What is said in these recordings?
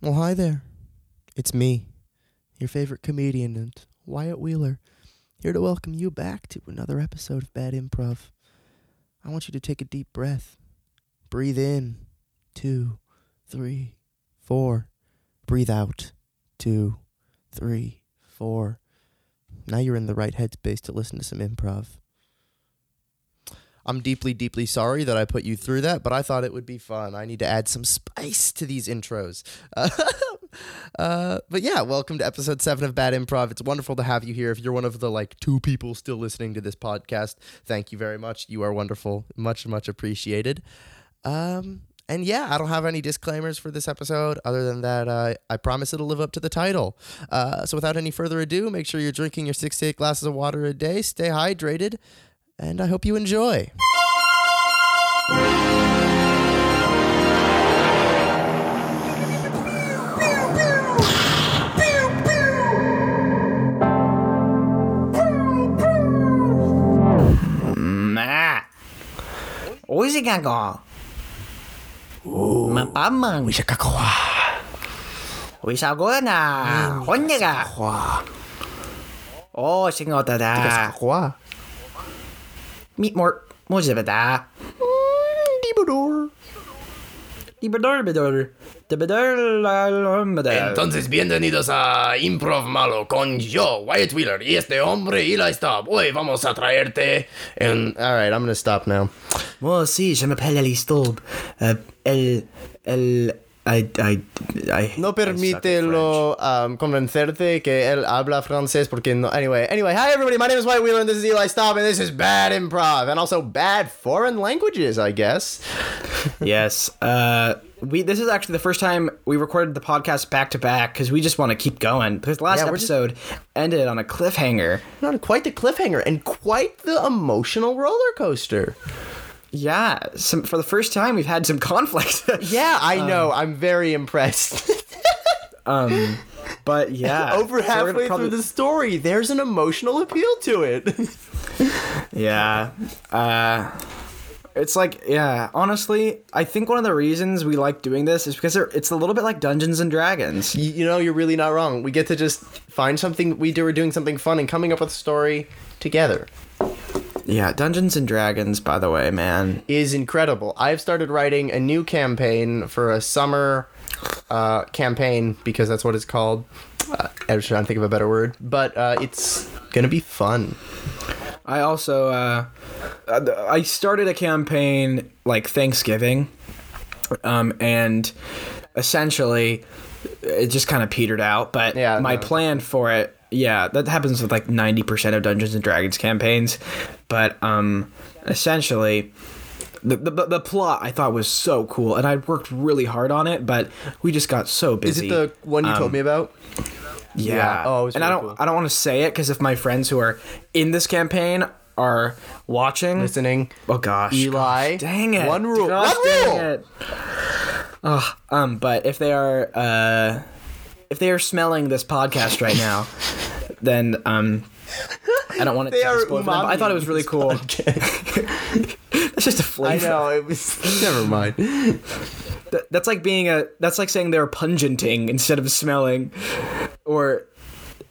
Well, hi there. It's me, your favorite comedian and Wyatt Wheeler, here to welcome you back to another episode of Bad Improv. I want you to take a deep breath. Breathe in. Two, three, four. Breathe out. Two, three, four. Now you're in the right headspace to listen to some improv. I'm deeply, deeply sorry that I put you through that, but I thought it would be fun. I need to add some spice to these intros. Uh, uh, but yeah, welcome to episode seven of Bad Improv. It's wonderful to have you here. If you're one of the like two people still listening to this podcast, thank you very much. You are wonderful. Much, much appreciated. Um, and yeah, I don't have any disclaimers for this episode other than that uh, I promise it'll live up to the title. Uh, so without any further ado, make sure you're drinking your six to eight glasses of water a day, stay hydrated, and I hope you enjoy. Nah. Hoje cagó. 맘빵만. Hoje cagó. Hoje agora. 언니가. 오 싱어다다. Aqua. Meet more. 모집이다. 디버돌. 디버돌 디버돌 알람다. Entonces, bienvenidos a Improv Malo con yo, Wyatt Wheeler, y este hombre, Eli Staub. Hoy vamos a traerte en... All right, I'm going to stop now. Moi aussi, je m'appelle Ali Staub. Euh, elle elle I I I No permítelo um, convencerte que él habla francés porque no. Anyway, anyway, hi everybody. My name is White Wheeler and this is Eli Staub and this is Bad Improv and also Bad Foreign Languages, I guess. Yes. Uh, we this is actually the first time we recorded the podcast back to back because we just want to keep going because last Yeah, we're just- episode ended on a cliffhanger. Not quite the cliffhanger and quite the emotional roller coaster. Yeah, some for the first time we've had some conflict. Yeah, I Um, know. I'm very impressed. um, but yeah, Over so we're gonna halfway probably- through the story, there's an emotional appeal to it. Yeah. Uh, it's like, yeah, honestly, I think one of the reasons we like doing this is because it's a little bit like Dungeons and Dragons. Y- you know, you're really not wrong. We get to just find something we do. We're doing something fun and coming up with a story together. Yeah, Dungeons and Dragons, by the way, man. is incredible. I've started writing a new campaign for a summer uh, campaign because that's what it's called. Uh, I was trying to think of a better word, but uh, it's gonna be fun. I also uh, I started a campaign like Thanksgiving, um, and essentially it just kind of petered out. But Yeah, my no. plan for it, yeah, that happens with like ninety percent of Dungeons and Dragons campaigns. But um, essentially. The, the, the plot I thought was so cool, and I worked really hard on it, but we just got so Is busy. it the one you told me about? Yeah. Yeah. Oh, it was and I really don't cool. I don't want to say it because if my friends who are in this campaign are watching, Listening. Oh gosh, Eli, gosh, dang it! one rule, Gosh, one dang rule! it. Ugh, um, but if they are uh, if they are smelling this podcast right now, then um, I don't want it They to are spoil for them, but I thought it was really cool. That's just a I flavor. know it was. Never mind. Th- That's like being a. That's like saying they're pungenting instead of smelling, or,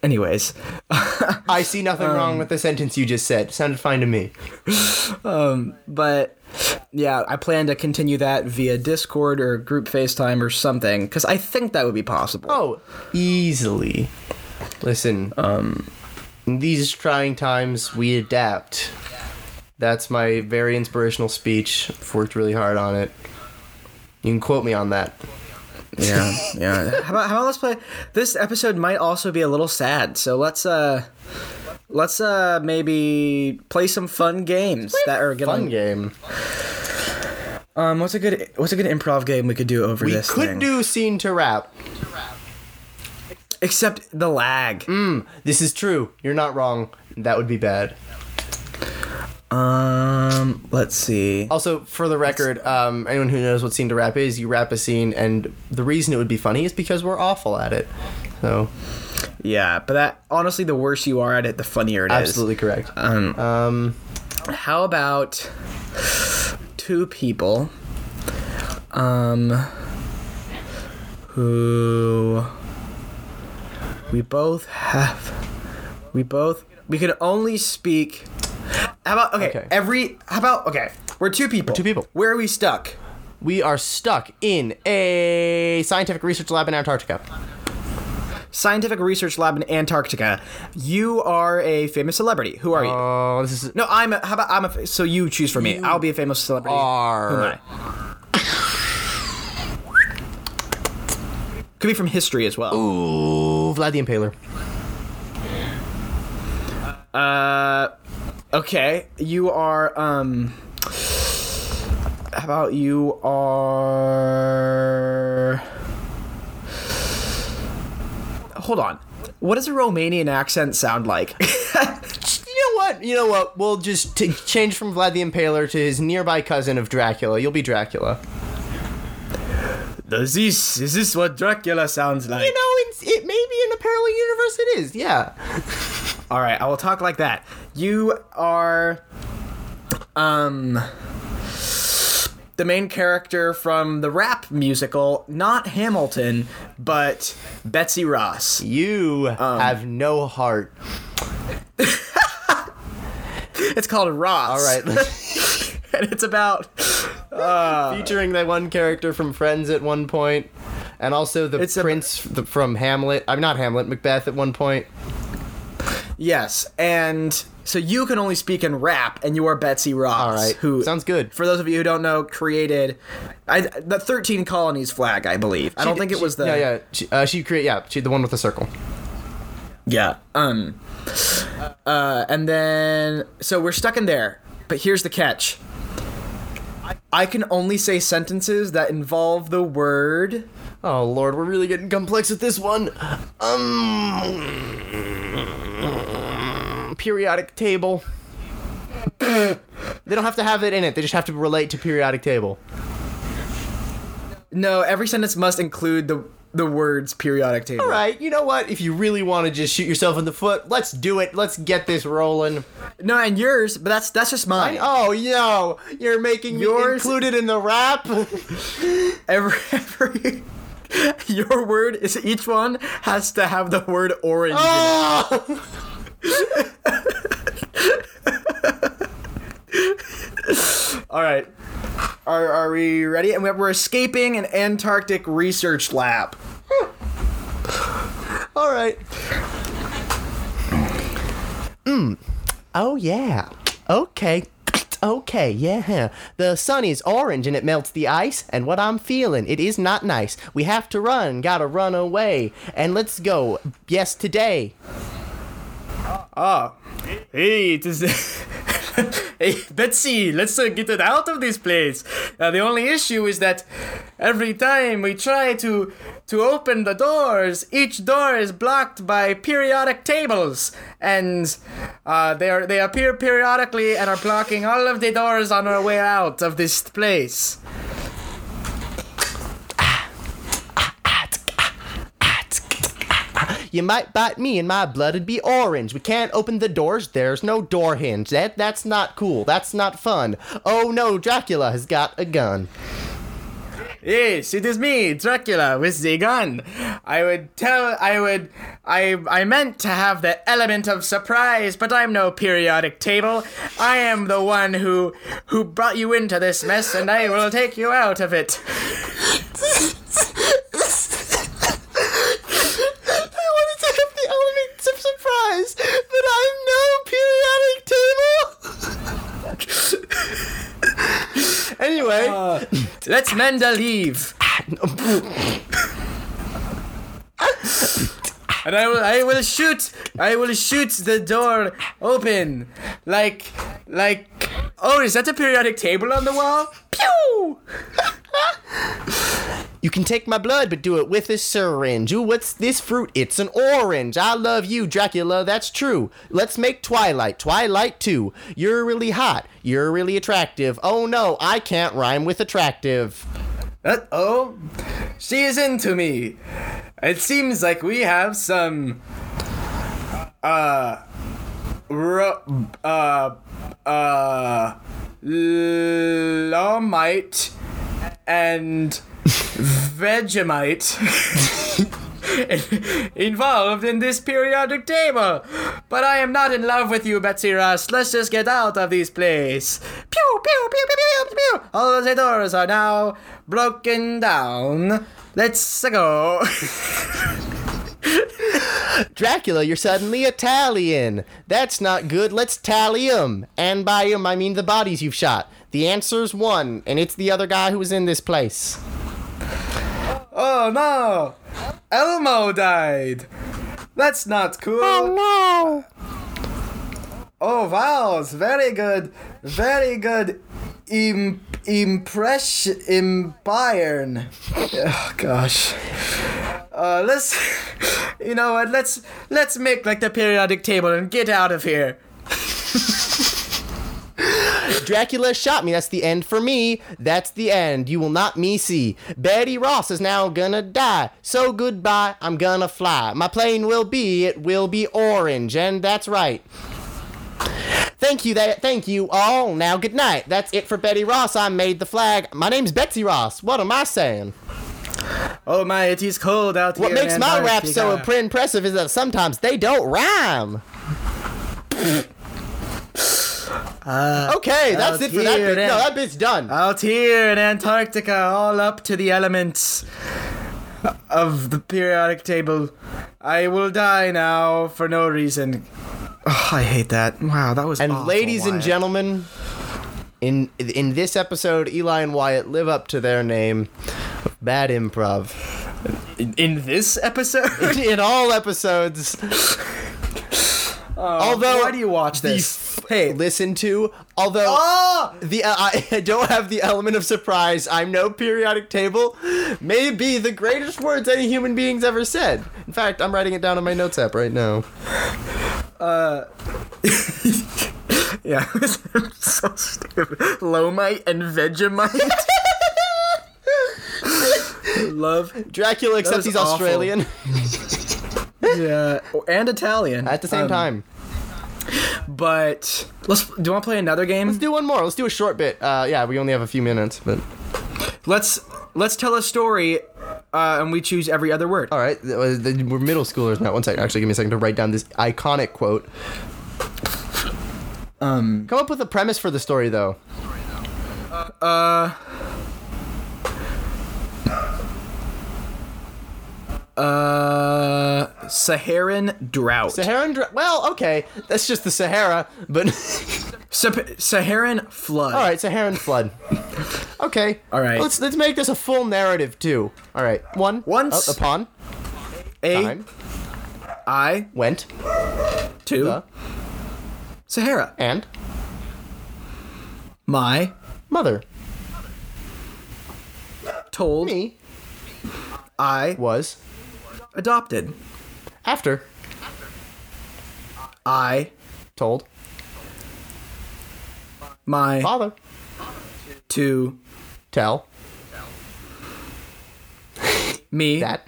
anyways. I see nothing wrong with the sentence you just said. Sounded fine to me. but yeah, I plan to continue that via Discord or group FaceTime or something because I think that would be possible. Oh, easily. Listen, um, in these trying times, we adapt. That's my very inspirational speech. I've worked really hard on it. You can quote me on that. Yeah, yeah. how about how about let's play? This episode might also be a little sad, so let's uh, let's uh maybe play some fun games that are gonna. Fun game. Um, what's a good what's a good improv game we could do over We this? could thing? do scene to rap. except the lag. Mm. This is true. You're not wrong. That would be bad. Um, let's see. Also, for the record, um, anyone who knows what scene to rap is, you rap a scene, and the reason it would be funny is because we're awful at it. So, Yeah, but that honestly, the worse you are at it, the funnier it is. absolutely correct. Um, Um, How about two people um, who we both have. We both. We can only speak. How about okay? Okay. Every. How about okay? We're two people. two people. Where are we stuck? We are stuck in a scientific research lab in Antarctica. Scientific Research Lab in Antarctica. You are a famous celebrity. Who are you? Oh, this is no, I'm. A, how about I'm a. fa- So Uh, you choose for me. I'll be a famous celebrity. Who am R. I? Could be from history as well. Ooh, Vlad the Impaler. Okay, you are. Um, how about you are? Hold on. What does a Romanian accent sound like? You know what? You know what? We'll just t- change from Vlad the Impaler to his nearby cousin of Dracula. You'll be Dracula. Does this is this what Dracula sounds like? You know, it's, it may be in a parallel universe. It is, yeah. All right, I will talk like that. You are, um, the main character from the rap musical, not Hamilton, but Betsy Ross. You Um. have no heart. It's called Ross. All right, and it's about Uh. featuring that one character from Friends at one point, and also the It's a- prince f- from Hamlet. I'm not Hamlet, Macbeth at one point. yes, and so you can only speak in rap, and you are Betsy Ross. All right, who sounds good. For those of you who don't know, created I, the Thirteen Colonies flag, I believe. I don't think it was the Yeah, yeah. She, uh, she create. Yeah, she the one with the circle. Yeah. Um. Uh, and then so we're stuck in there. But here's the catch. I can only say sentences that involve the word. Oh lord, we're really getting complex with this one. Um, periodic table. they don't have to have it in it. They just have to relate to periodic table. No, every sentence must include the the words periodic table. All right, you know what? If you really want to just shoot yourself in the foot, let's do it. Let's get this rolling. No, and yours, but that's that's just mine. Oh yo, you're making me Yours- included in the rap. Every every your word is each one has to have the word orange. in it. oh! All right. Are, are we ready? And we- we're escaping an Antarctic research lab. All right. Mm. Oh yeah. Okay. Okay, yeah. The sun is orange and it melts the ice, and what I'm feeling, it is not nice. We have to run, gotta run away, and let's go. Yes, today. Hey, it is. hey, Betsy, let's uh, get it out of this place. Uh, the only issue is that every time we try to to open the doors, each door is blocked by periodic tables, and uh, they are they appear periodically and are blocking all of the doors on our way out of this place. You might bite me and my blood'd be orange. We can't open the doors, there's no door hinge. That that's not cool. That's not fun. Oh no, Dracula has got a gun. Yes, it is me, Dracula, with the gun. I would tell, I would, I, I meant to have the element of surprise, but I'm no periodic table. I am the one who, who brought you into this mess, and I will take you out of it. I want to take up the elements of surprise, but I'm no periodic table. anyway, Let's mend a leave. and I will, I will shoot, I will shoot the door open, like, like. Oh, is that a periodic table on the wall? Pew! you can take my blood, but do it with a syringe. Ooh, what's this fruit? It's an orange. I love you, Dracula. That's true. Let's make Twilight. Twilight 2. You're really hot. You're really attractive. Oh no, I can't rhyme with attractive. Uh oh, she is into me. It seems like we have some. Uh. Ro- uh. Uh. Lomite and Vegemite involved in this periodic table. But I am not in love with you, Betsy Ross. Let's just get out of this place. Pew, pew, pew, pew, pew, pew, pew. All the doors are now broken down. Let's go. Dracula, you're suddenly Italian. That's not good. Let's tally 'em. And by 'em, I mean the bodies you've shot. The answer's one, and it's the other guy who was in this place. oh no! Elmo died. That's not cool. no. Oh wow, it's very good, very good Im- impression empire. Oh gosh. Uh, let's, you know what? Let's let's make like the periodic table and get out of here. Dracula shot me. That's the end for me. That's the end. You will not me see. Betty Ross is now gonna die. So goodbye. I'm gonna fly. My plane will be. It will be orange, and that's right. Thank you. That thank you all. Now good night. That's it for Betty Ross. I made the flag. My name's Betsy Ross. What am I saying? Oh my, it is cold out What here. makes in my rap so Antarctica. impre- impressive is that sometimes they don't rhyme. okay, that's it for that here bit. No, then. that bit's done. out here in Antarctica, all up to the elements of the periodic table. I will die now for no reason. Oh, I hate that. Wow, that was And awful, ladies and Wyatt. gentlemen, in in this episode, Eli and Wyatt live up to their name. of Bad improv. in this episode. In all episodes, although Oh, Why do you watch this? Hey, listen to, although oh, the uh, I I don't have the element of surprise. I'm no periodic table. May be the greatest words any human beings ever said. In fact, I'm writing it down on my notes app right now. yeah, so stupid. Lomite and Vegemite. Love, Dracula, except was he's awful. Australian yeah, and Italian at the same Um, time. But let's. Do you want to play another game? Let's do one more. Let's do a short bit. Uh, yeah, we only have a few minutes, but Let's let's tell a story, uh, and we choose every other word. All right, th- uh, th- we're middle schoolers now. One second, actually, give me a second to write down this iconic quote. Um, come up with a premise for the story, though. Uh, Saharan drought. Saharan. Dr- well, okay, that's just the Sahara, but Sah- Saharan flood. all right, Saharan flood. Okay. All right. Let's let's make this a full narrative too. All right. One. Once- uh, upon A time I went two the Sahara. and My mother told me I was adopted. after I told my father to tell me that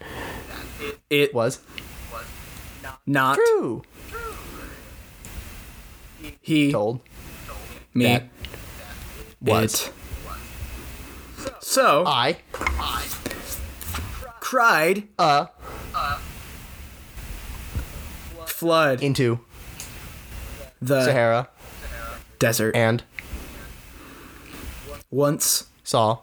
it was not true. he Told me that was it. So I cried uh flood in into the Sahara desert and once. saw.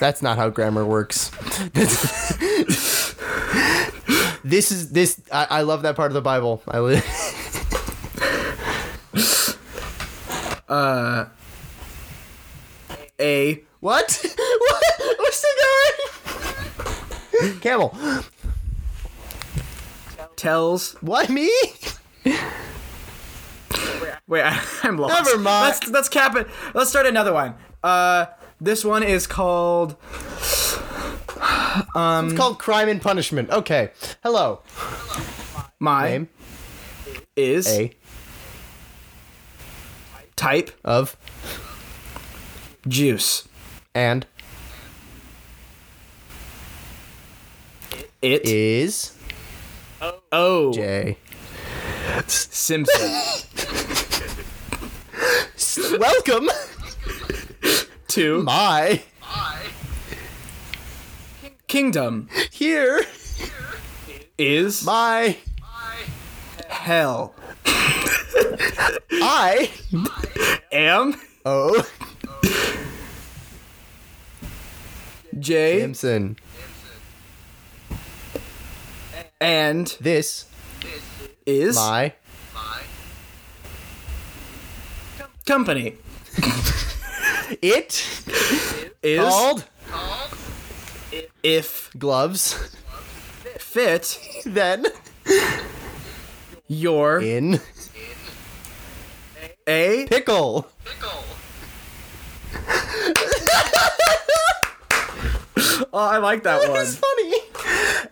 That's not how grammar works. this is this. I, I love that part of the Bible. I li- A what? What? What's the going? Camel. tells What me? Wait, I, I'm lost. Never mind. Let's let's cap it. Let's start another one. Uh, this one is called It's called crime and punishment. Okay. Hello. my Name is A type of juice. and It is oh J. Simpson Welcome to my kingdom Here, is my hell. I Am O J Simpson. and This is my company it is called if gloves. fit Then your in a pickle. Oh, I like that one. Funny.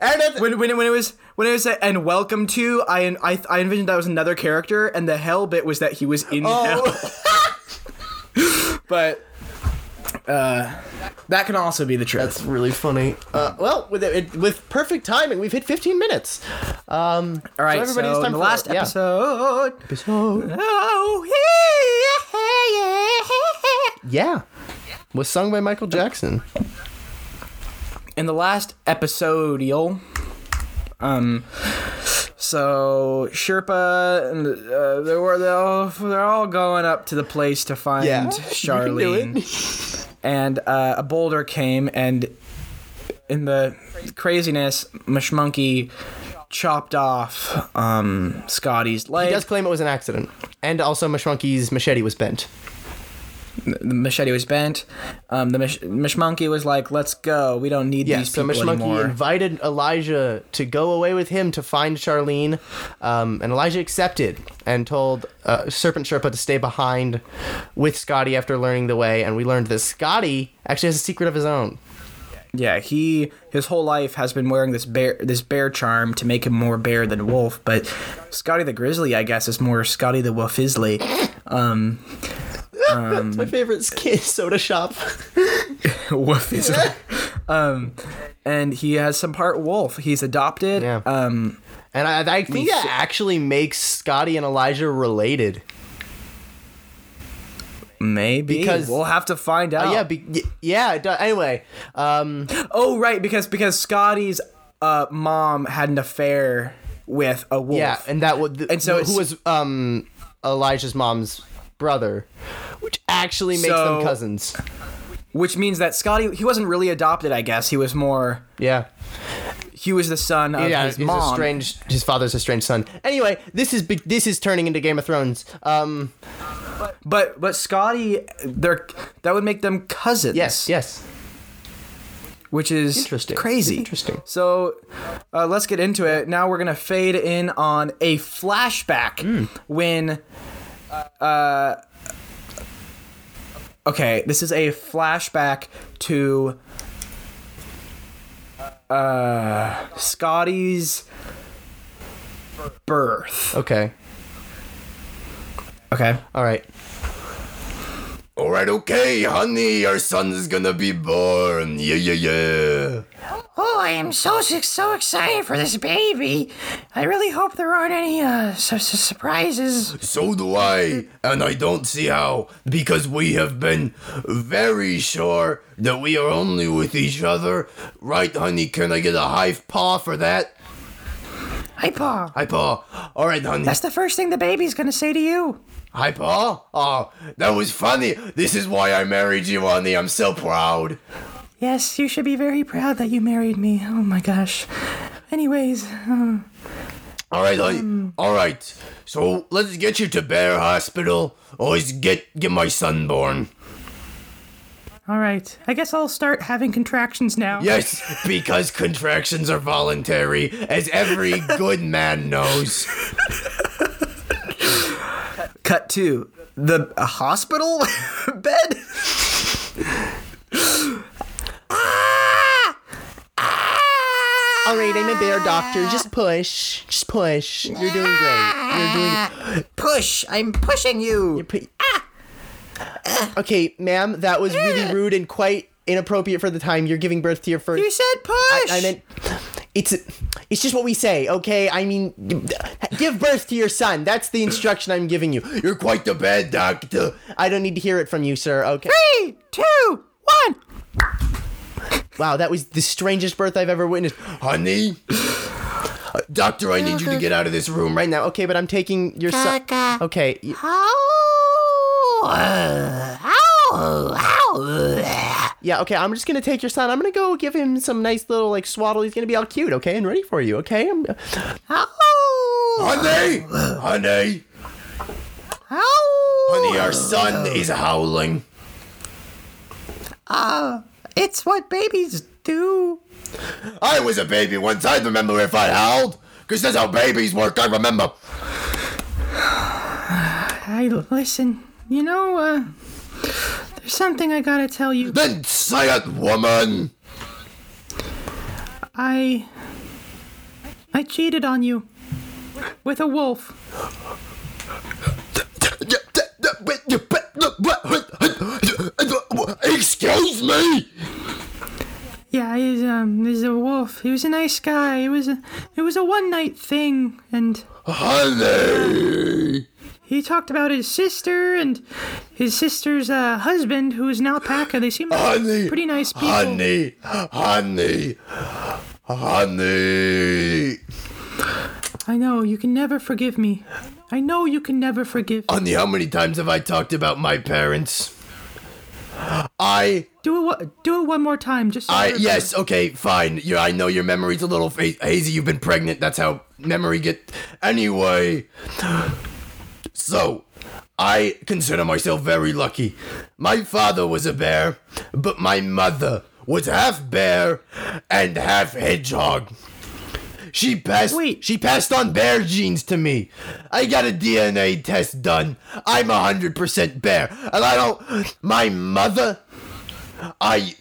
And at the- When, when, it- when it was when it was uh, and welcome to I, I I envisioned that was another character and the hell bit was that he was in Oh. hell. but uh, that can also be the truth. That's really funny. Uh, well, with it, with perfect timing, we've hit 15 minutes. Um, All right, so so, everybody, it's time in the for- last yeah. episode. so Oh, yeah, yeah, yeah, yeah. was sung by Michael Jackson. In the last episode, you um, so Sherpa and uh, they were they all, they're all going up to the place to find Yeah, you can do Charlene, and uh, a boulder came and in the craziness, Mushmonkey chopped off um Scotty's leg. He does claim it was an accident, and also Mushmonkey's machete was bent. the machete was bent. Um, the Mish- Mishmonkey was like, "Let's go. We don't need Yeah, these so people Mushmonkey anymore." invited Elijah to go away with him to find Charlene, um, and Elijah accepted and told uh, Serpent Sherpa to stay behind with Scotty after learning the way. And we learned that Scotty actually has a secret of his own. yeah, he his whole life has been wearing this bear this bear charm to make him more bear than wolf. But Scotty the Grizzly, I guess, is more Scotty the Wolf Isley. It's my favorite skin soda shop. wolf Isley. um, and he has some part wolf. He's adopted. Yeah. Um, And I, I think that actually makes Scotty and Elijah related. maybe Because- we'll have to find out. Uh, yeah, be, y- yeah. It does. Anyway, um, oh, right, because because Scotty's uh mom had an affair with a wolf. yeah, and that would th- And so who it's- was um Elijah's mom's brother, which actually makes them So- cousins. which means that Scotty he wasn't really adopted. I guess he was more Yeah, he was the son of yeah. his he's mom. a strange. His father's a strange son. Anyway, this is big this is turning into Game of Thrones. Um, But but Scotty, they're that would make them cousins. yes, yes. which is Interesting. crazy. Interesting. So uh, let's get into it. Now we're gonna fade in on a flashback Hmm. when. Uh, okay, this is a flashback to uh, Scotty's birth. Okay. Okay. All right. All right, okay, honey, your son's gonna be born. Yeah, yeah, yeah. Oh, I am so su- so excited for this baby. I really hope there aren't any uh su- su- surprises. So do I, and I don't see how, because we have been very sure that we are only with each other. Right, honey, can I get a high paw for that? Hi, Pa. High paw. All right, honey. That's the first thing the baby's gonna say to you. Hi, Paul. Oh, that was funny. This is why I married you, honey. I'm so proud. Yes, you should be very proud that you married me. Oh my gosh. Anyways, All right, Mm. honey. All right. So let's get you to Bear Hospital. Always get get my son born. all right. I guess I'll start having contractions now. Yes, because contractions are voluntary, as every good man knows. Cut to the hospital bed. All right, I'm a bear doctor. Just push. Just push. You're doing great. You're doing Push. I'm pushing you. Ah! P- Okay, ma'am, that was really rude and quite inappropriate for the time you're giving birth to your first. You said push. I meant it's it's just what we say, okay? I mean, give birth to your son. That's the instruction I'm giving you. You're quite the bad doctor. I don't need to hear it from you, sir. Okay. Three, two, one. Wow, that was the strangest birth I've ever witnessed. Honey? Uh, Doctor, I need you to get out of this room right Right now, okay, but I'm taking your son. Caca. Okay, y- Ow! Uh, ow! Ow! uh. yeah, okay. I'm just gonna take your son. I'm gonna go give him some nice little like swaddle. He's gonna be all cute, okay, and ready for you, okay? I'm- Ow! Honey! Honey! Ow! Honey, our son is howling. It's what babies do. I was a baby once. I remember if I howled. Because that's how babies work, I remember. I listen. You know, uh, there's something I gotta tell you. Then say it, woman! I I cheated on you with a wolf. Excuse me! Yeah, he's um, he's a wolf. He was a nice guy. It was a, it was a one night thing, and Honey! he talked about his sister and his sister's uh, husband, who is an alpaca. They seem like Honey! pretty nice people. Honey! Honey! Honey! I know you can never forgive me. I know you can never forgive. me. Honey, how many times have I talked about my parents? I, do it, wa- do it one more time, just. So I I, remember. yes, okay, fine. You, I know your memory's a little fa- hazy. You've been pregnant. That's how memory get. Anyway, so I consider myself very lucky. My father was a bear, but my mother was half bear and half hedgehog. She passed. Wait. She passed on bear genes to me. I got a DNA test done. I'm hundred percent bear, and I don't. My mother. I.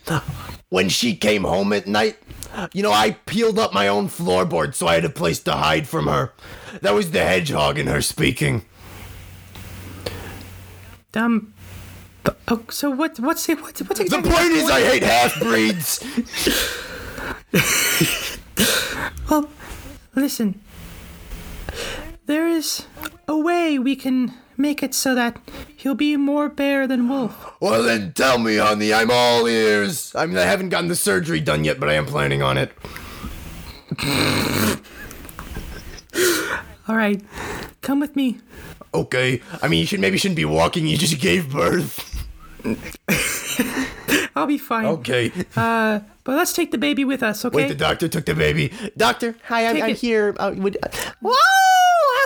When she came home at night, you know, I peeled up my own floorboard so I had a place to hide from her. That was the hedgehog in her speaking. Um. but- Oh, so what? What's it? What's what's The exactly? point is, I hate half breeds. Well, listen. There is a way we can make it so that he'll be more bear than wolf. Well, then tell me, honey, I'm all ears. I mean, I haven't gotten the surgery done yet, but I am planning on it. All right, come with me. Okay. I mean, you should maybe shouldn't be walking. You just gave birth. I'll be fine. Okay. But let's take the baby with us, okay? Oh. Wait, the doctor took the baby. Doctor, hi, I'm, Take I'm it. here. Uh, would,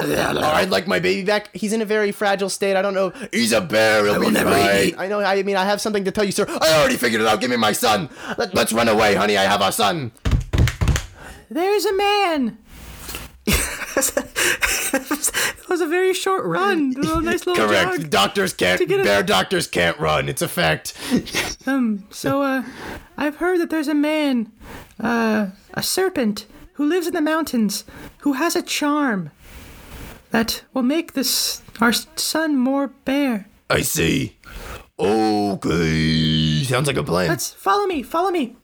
Oh, I'd like my baby back. he's in a very fragile state. I don't know. He's a bear. He'll be fine. I know. I mean, I have something to tell you, sir. Oh, I already figured it out. Give me my son. Let, let's run away, honey. I have a son. There's a man. it was a very short run. A little, nice little Correct. jog. Doctors can't. get a- Bear doctors can't run. It's a fact. Um, so, uh, I've heard that there's a man, uh, a serpent, who lives in the mountains, who has a charm that will make this our son more bear. I see. Okay. Sounds like a plan. Let's follow me. Follow me.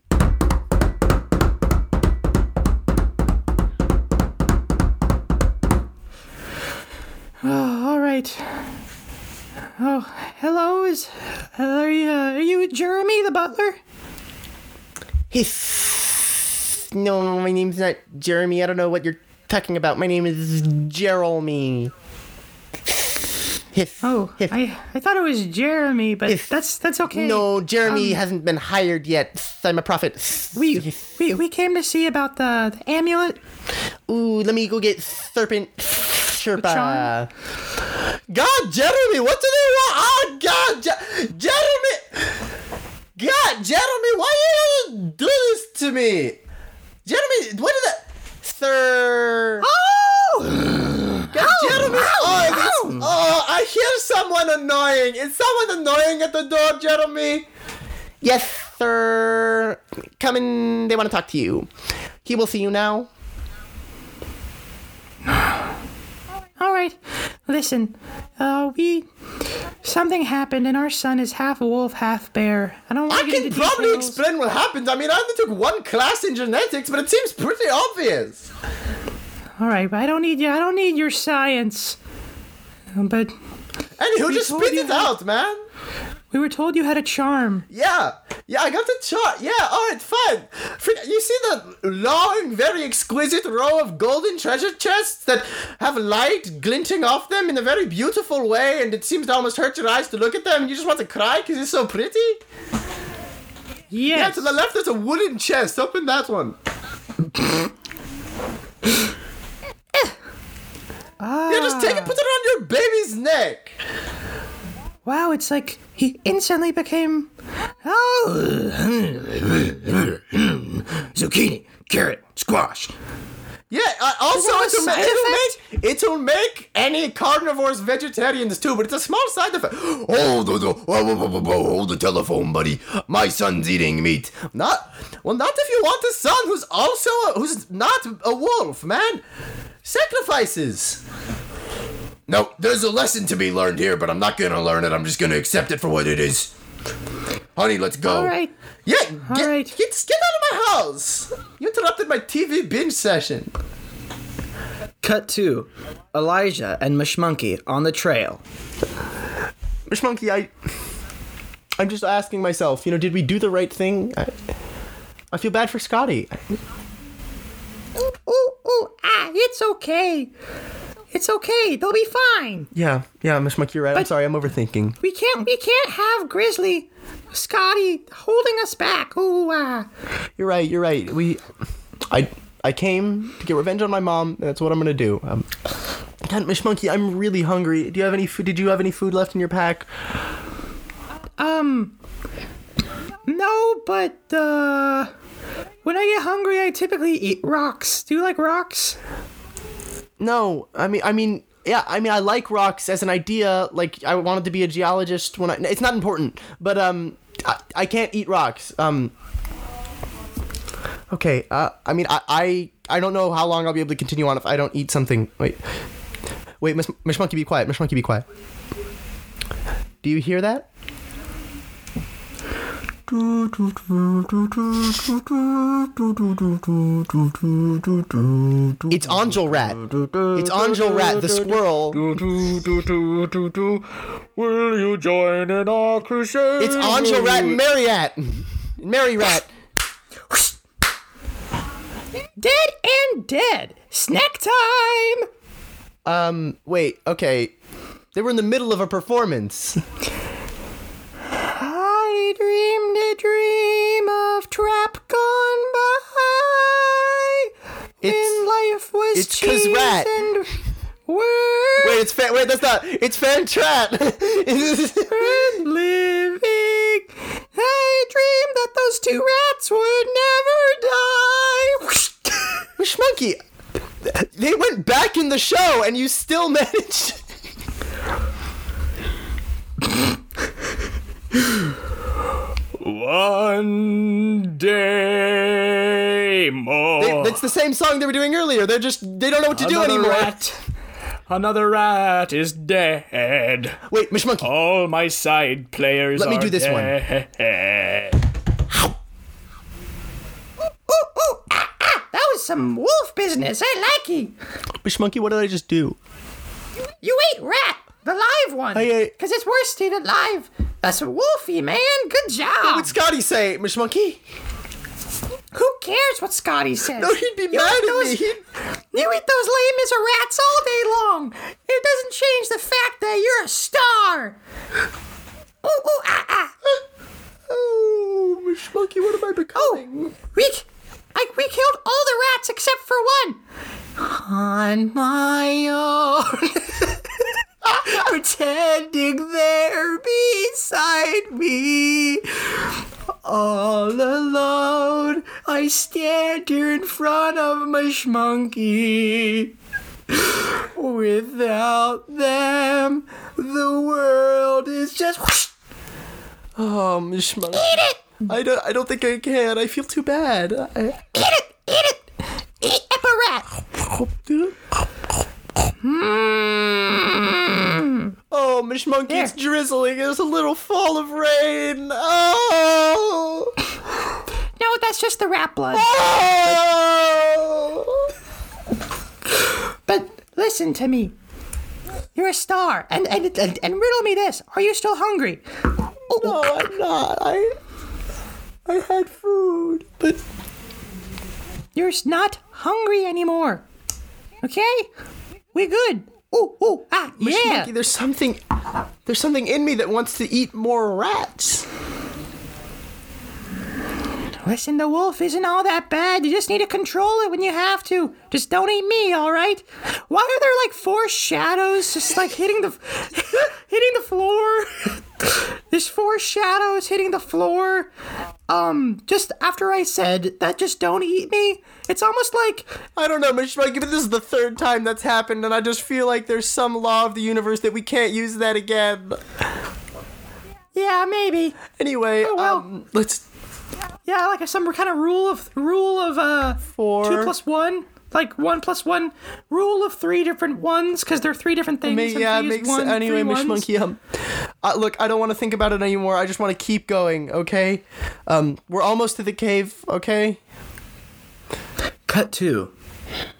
Oh, all right. Oh, hello. Is are you uh, are you Jeremy the butler? Hiss. No, my name's not Jeremy. I don't know what you're talking about. My name is Jeremy. Hiss. Oh, Hiss. I I thought it was Jeremy, but that's that's okay. Um, no, Jeremy hasn't been hired yet. Hiss, I'm a prophet. Hiss. We, Hiss. we, we came to see about the, the amulet. Ooh, let me go get serpent. Sherpa. Sean? God, Jeremy, what do they want? Oh, God, Je- Jeremy. God, Jeremy, why you do this to me? Jeremy, what did that? Sir. God, Jeremy, oh, this- oh, I hear someone annoying. Is someone annoying at the door, Jeremy? Yes, sir. Come in. They want to talk to you. He will see you now. All right, listen. Uh, we something happened, and our son is half wolf, half bear. I don't. I want to can get into probably details. explain what happened. I mean, I only took one class in genetics, but it seems pretty obvious. All right, but I don't need you. I don't need your science. Um, But Anywho, just told spit you it how- out, man. We were told you had a charm. Yeah, yeah, I got the chart. Yeah, all right, fine. Fr- You see the long, very exquisite row of golden treasure chests that have light glinting off them in a very beautiful way, and it seems to almost hurt your eyes to look at them. and You just want to cry because it's so pretty. Yes. Yeah, to the left, there's a wooden chest. Open that one. yeah, just take Ah. it, put it around your baby's neck. Wow, it's like he instantly became. Oh! Zucchini, carrot, squash. Yeah. Uh, also, that a it'll, ma- side it'll make it'll make any carnivores vegetarians too, but it's a small side effect. Hold Oh, the, whoa, whoa, whoa, whoa, whoa, oh, hold the telephone, buddy. My son's eating meat. Not well, not if you want a son who's also a, who's not a wolf, man. Sacrifices. No, there's a lesson to be learned here, but I'm not gonna learn it. I'm just gonna accept it for what it is. Honey, let's go. All right. Yeah. All Get, right. get get out of my house. You interrupted my TV binge session. Cut to Elijah and Mushmonkey on the trail. Mish Monkey, I. I'm just asking myself, you know, did we do the right thing? I, I feel bad for Scotty. Oh, oh, ah, it's okay. It's okay. They'll be fine. Yeah, yeah, Mish Monkey, you're right. I'm But- sorry, I'm overthinking. We can't, we can't have Grizzly, Scotty holding us back. Ooh, ah. You're right. You're right. We, I, I came to get revenge on my mom. and That's what I'm gonna do. Um, God, Mish Monkey, I'm really hungry. Do you have any food? Did you have any food left in your pack? Um. No, but uh, when I get hungry, I typically eat rocks. Do you like rocks? No. I mean, I mean, yeah. I mean, I like rocks as an idea. Like, I wanted to be a geologist when I. It's not important, but um, I, I can't eat rocks. Um. Okay. Uh, I mean, I, I, I don't know how long I'll be able to continue on if I don't eat something. Wait. Wait, Mish, Mish Monkey, be quiet. Mish Monkey, be quiet. Do you hear that? It's Angel Rat. It's Angel Rat, the squirrel. Will you join in our crusade? It's Angel Rat and Mary Rat. Mary Rat. Dead and dead. Snack time. Um, wait, okay. They were in the middle of a performance. I dreamed a dream of trap gone by. It's- when life was it's 'cause cheese rat. and work Wait, it's fan. Wait, that's not. It's Fan Trat. and living. I dreamed that those two rats would never die. Schmunky, they went back in the show, and you still managed. One day more. They- Oh. That's the same song they were doing earlier. They're just they don't know what to do anymore. rat. Another rat is dead. Wait, Mish Monkey. Oh. All my side players Let me are do this one. dead. ooh, ooh, ah, ah, that was some wolf business. I like it. Mish Monkey, what did I just do? You ate rat, the live one. ate- Because it's worse to eat it live. That's wolfy, man. Good job. What'd Scotty say, Mish Monkey? Who cares what Scotty says? No, he'd be mad at me. He'd- You eat those lame as rats all day long. It doesn't change the fact that you're a star. Ooh, ooh, ah, ah. Oh, Mish Monkey, what am I becoming? We, c- I, we killed all the rats except for one. On my own. Pretending they're beside me. All alone, I stand here in front of my schmunky. Without them, the world is just. Oh, Mish Monkey. Eat it. I don't. I don't think I can. I feel too bad. I, Eat it! Eat it! Eat up a rat! oh, Mish Monkey, it's drizzling. There's a little fall of rain. Oh. No, that's just the rat blood. oh. But listen to me. You're a star. And, and, and, and riddle me this. Are you still hungry? No, I'm not. I I had food. But You're s- not hungry anymore. Okay? We good. Ooh, ooh, ah, yeah. there's something there's something in me that wants to eat more rats. Listen, the wolf isn't all that bad. You just need to control it when you have to. Just don't eat me, all right? Why are there like four shadows just like hitting the hitting the floor? There's four shadows hitting the floor. Um, just after I said that, just don't eat me. It's almost like I don't know, Mr. Mikey, but this is the third time that's happened, and I just feel like there's some law of the universe that we can't use that again. yeah, maybe. Anyway, Oh, well. um, let's Yeah, like some kind of rule of rule of uh four. two plus one. Like one plus one rule of three different ones because they're three different things. Ma- and yeah, three is makes one, anyway, three Mish ones. Monkey. Um, uh, look, I don't want to think about it anymore. I just want to keep going. Okay, um, we're almost to the cave. Okay, Cut to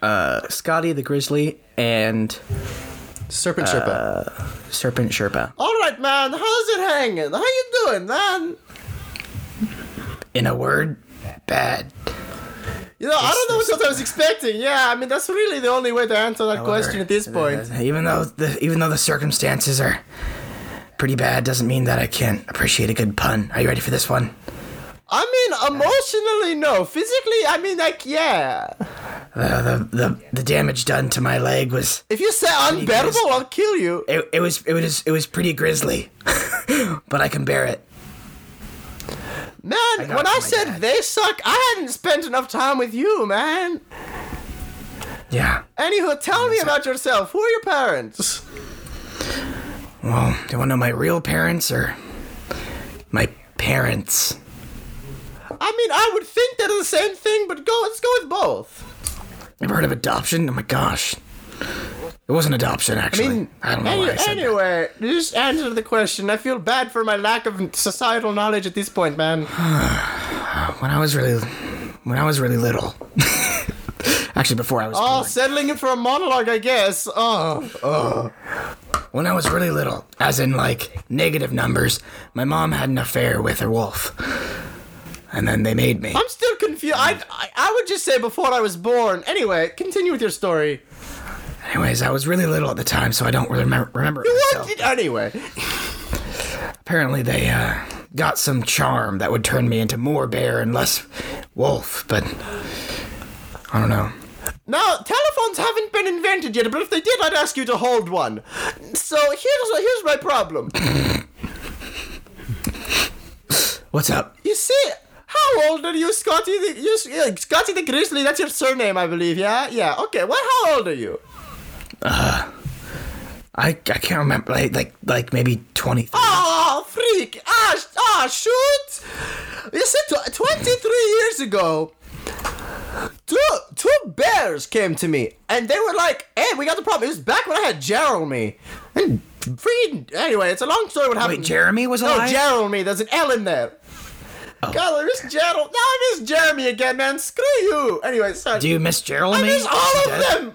uh, Scotty the Grizzly and Serpent Sherpa. Serpent Sherpa All right, man. How's it hanging? How you doing, man? in a word bad You know, I don't know what I was expecting. Yeah, I mean, that's really the only way to answer that question at this point. even though the even though the circumstances are pretty bad doesn't mean that i can't appreciate a good pun are you ready for this one I mean, emotionally, no. Physically, I mean, like, yeah. uh, the, the the damage done to my leg was If you say unbearable, I'll kill you. it, it was it was it was pretty grisly but i can bear it Man, got when I oh my said dad. they suck, I hadn't spent enough time with you, man. yeah Anywho, tell me about yourself. Who are your parents? well do you want to know my real parents or my parents I mean, I would think they're the same thing, but go. Let's go with both. ever heard of adoption oh my gosh it wasn't adoption actually i, don't know why I Any, said that. anyway, just answer the question. I feel bad for my lack of societal knowledge at this point, man. Oh when I was really when I was really little. Actually, before I was Oh, born. settling in for a monologue, I guess. Oh, When I was really little, as in like negative numbers, my mom had an affair with a wolf, and then they made me. I'm still confused. I, I, I would just say before I was born. Anyway, continue with your story. Anyways, I was really little at the time, so I don't really remember. remember it What? myself. Did, anyway, Apparently, they uh, got some charm that would turn me into more bear and less wolf, but I don't know. now telephones haven't been invented yet, but if they did, I'd ask you to hold one. So here's here's my problem. What's up? You see, how old are you, Scotty? The, you, yeah, Scotty the Grizzly, that's your surname, I believe, yeah? Yeah, okay. Well, how old are you? I, I can't remember. Like like, like maybe twenty. Oh, freak! Ah, sh- ah shoot! You see, tw- 23 years ago, two, two bears came to me, and they were like, hey, we got the problem. It was back when I had Jeremy. And freaking, anyway, it's a long story what happened. Wait, Jeremy was Um, No, alive. Oh. Jeremy. There's an L in there. God, I miss Gerald. Now I miss Jeremy again, man. Screw you. Anyway, sorry. Do you miss Jeremy? I miss all Is he of dead? them.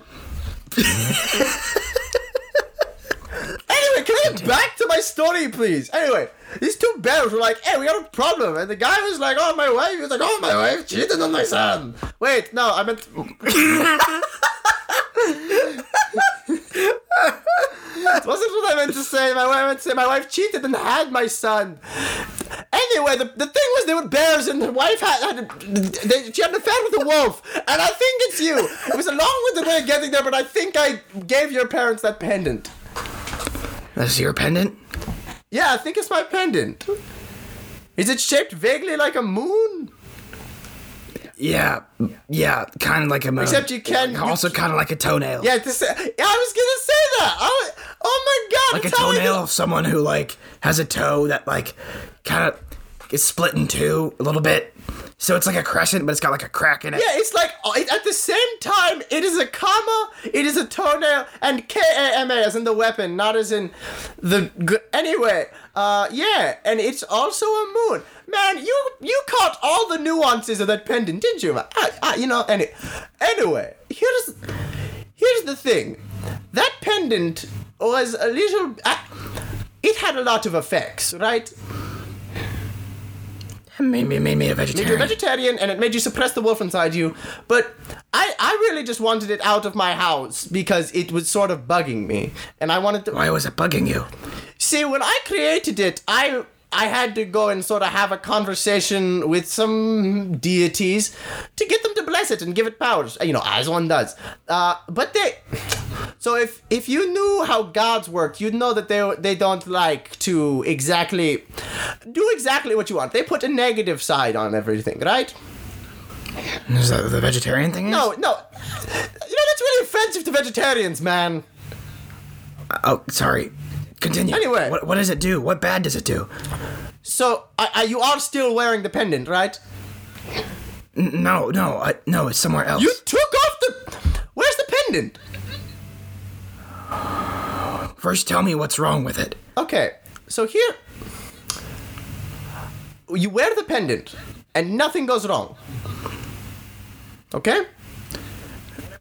anyway, can I get back to my story, please? Anyway, these two bears were like, "Hey, we got a problem," and the guy was like, "Oh, my wife." He was like, "Oh, my wife cheated on my son." Wait, no, I meant. It wasn't what I meant to say. My wife, I meant to say my wife cheated and had my son. Anyway, the, the thing was there were bears and the wife had, had they, she had an affair with a wolf. And I think it's you. It was a long-winded way of getting there, but I think I gave your parents that pendant. That's your pendant? Yeah, I think it's my pendant. Is it shaped vaguely like a moon? Yeah, yeah, kind of like a moon. Except you can- also kind of like a toenail. Yeah, this, I was gonna say that. I was- oh my god! like a it's how I toenail know- of someone who like has a toe that like kind of is split in two a little bit. So it's like a crescent, but it's got like a crack in it. Yeah, it's like oh, it, at the same time, it is a comma, it is a toenail, and K A M A as in the weapon, not as in the. G- anyway, uh, yeah, and it's also a moon. Man, you you caught all the nuances of that pendant, didn't you? I, I, you know, any, anyway, here's here's the thing, that uh, pendant was a little. I, it had a lot of effects, right? made me, made me a Made you a vegetarian. vegetarian, and it made you suppress the wolf inside you. But I, I really just wanted it out of my house because it was sort of bugging me, and I wanted to. Why was it bugging you? See, when I created it, I I had to go and sort of have a conversation with some deities to get them to bless it and give it powers, you know, as one does. Uh, but they. So if if you knew how gods worked, you'd know that they they don't like to exactly do exactly what you want. They put a negative side on everything, right? Is that what the vegetarian thing? No, no. You know that's really offensive to vegetarians, man. Is? Oh, sorry. Continue. Anyway. what, what does it do? What bad does it do? So I, I, you are still wearing the pendant, right? N- No, no, I, no. It's somewhere else. You took off the. Where's the pendant? First, tell me what's wrong with it. Okay, so here. You wear the pendant, and nothing goes wrong. Okay?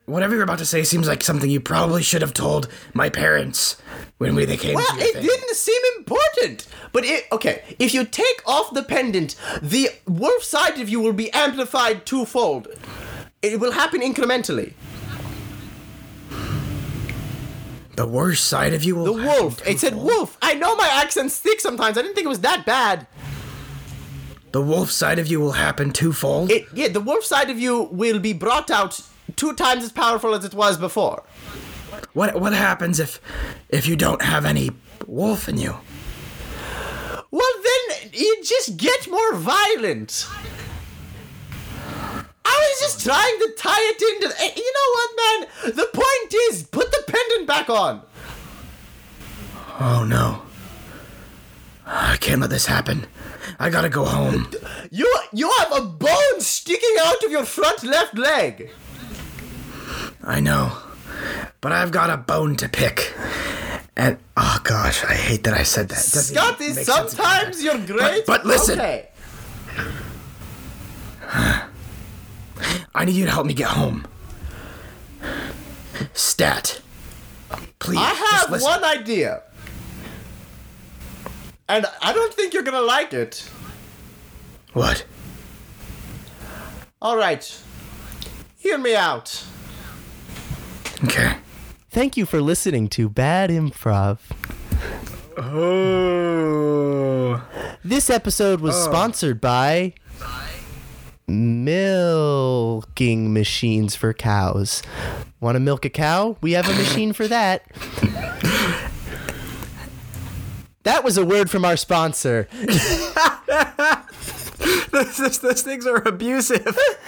Whatever you're about to say seems like something you probably should have told my parents when we they came Well, to your it thing. didn't seem important. But it. Okay, if you take off the pendant, the wolf side of you will be amplified twofold. It will happen incrementally. The worst side of you will. The have wolf. to It said fall. wolf. I know my accent's thick sometimes. I didn't think it was that bad. The wolf side of you will happen twofold. It, yeah, the wolf side of you will be brought out two times as powerful as it was before. what what happens if if you don't have any wolf in you? Well, then you just get more violent. I was just trying to tie it into. eh, You know what, man? The point is, put the pendant back on. Oh no. I can't let this happen. I gotta go home. You you have a bone sticking out of your front left leg. I know. But I've got a bone to pick. And oh gosh, I hate that I said that. It doesn't Scott even is make sense. sometimes you're great. but listen. Okay. I need you to help me get home. Stat. Please. I just have listen. one idea. And I don't think you're gonna like it. What? All right. Hear me out. Okay. Thank you for listening to Bad Improv. Oh. This episode Oh. was sponsored by milking machines for cows. Want to milk a cow? We have a machine for that. That was a word from our sponsor. Those things are abusive.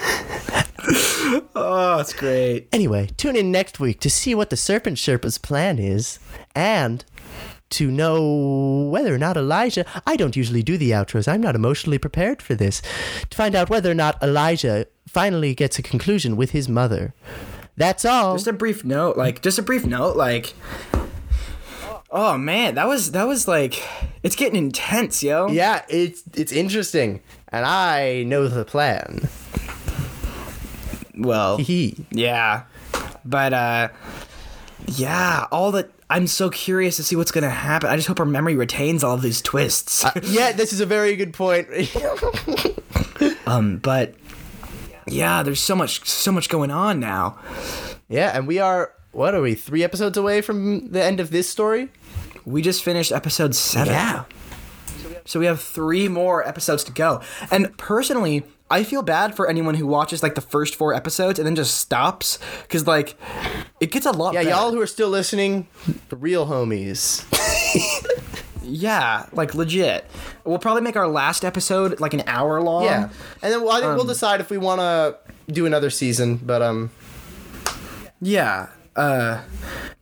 oh, it's great. Anyway, tune in next week to see what the Serpent Sherpa's plan is and to know whether or not Elijah. I don't usually do the outros, I'm not emotionally prepared for this. To find out whether or not Elijah finally gets a conclusion with his mother. That's all. Just a brief note, like just a brief note, like. Oh man, that was that was like, it's getting intense, yo. Yeah, it's it's interesting, and I know the plan. Well. He. Yeah. But uh yeah, all the I'm so curious to see what's gonna happen. I just hope her memory retains all of these twists. Yeah, this is a very good point. um but yeah, there's so much so much going on now. yeah, and we are what are we? Three episodes away from the end of this story. We just finished episode seven. Yeah. So we have three more episodes to go. And personally, I feel bad for anyone who watches like the first four episodes and then just stops. Cause like it gets a lot Yeah, better. y'all who are still listening, the real homies. Yeah, like legit. We'll probably make our last episode like an hour long. Yeah, and then well, I think Um, we'll decide if we want to do another season. But um, Yeah. Uh,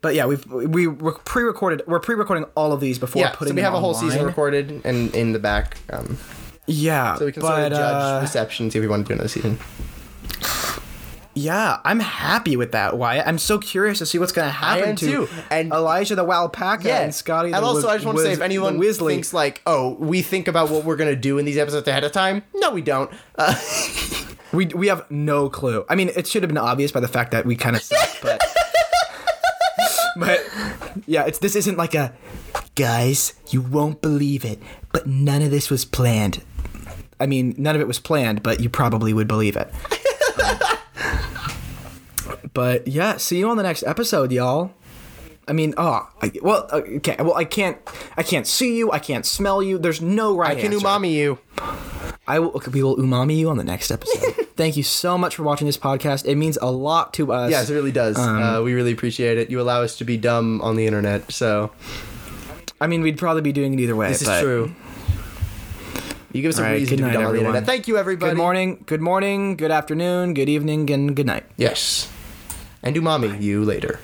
but yeah, we've we we pre-recorded. We're pre-recording all of these before yeah, putting. so we have them a whole season online. recorded and in the back, um, Yeah. so we can but, sort of judge uh, reception, see if we want to do another season. yeah, I'm happy with that. Why? I'm so curious to see what's going to happen am to too, and- Elijah the Wildpaca and Scotty. the And also, Wiz- I just want to say, Wiz- if anyone the Wisley. thinks like, oh, we think about what we're gonna do in these episodes ahead of time, no, we don't. Uh, we we have no clue. I mean, it should have been obvious by the fact that we kind of suck, but. But yeah, it's this isn't like a guys, you won't believe it, but none of this was planned. I mean, none of it was planned, but you probably would believe it. but yeah, see you on the next episode, y'all. I mean, oh, I, well, okay, well, I can't, I can't see you, I can't smell you. There's no right. I can answer. umami you. I will, okay, we will umami you on the next episode. Thank you so much for watching this podcast. It means a lot to us. Yes, it really does. Um, uh, we really appreciate it. You allow us to be dumb on the internet, so I mean, we'd probably be doing it either way. this but- is true. You give us a All right, reason good to be night, dumb on the everyone. internet. Thank you, everybody. Good morning, good morning, good afternoon, good evening, and good night. Yes. And umami you later.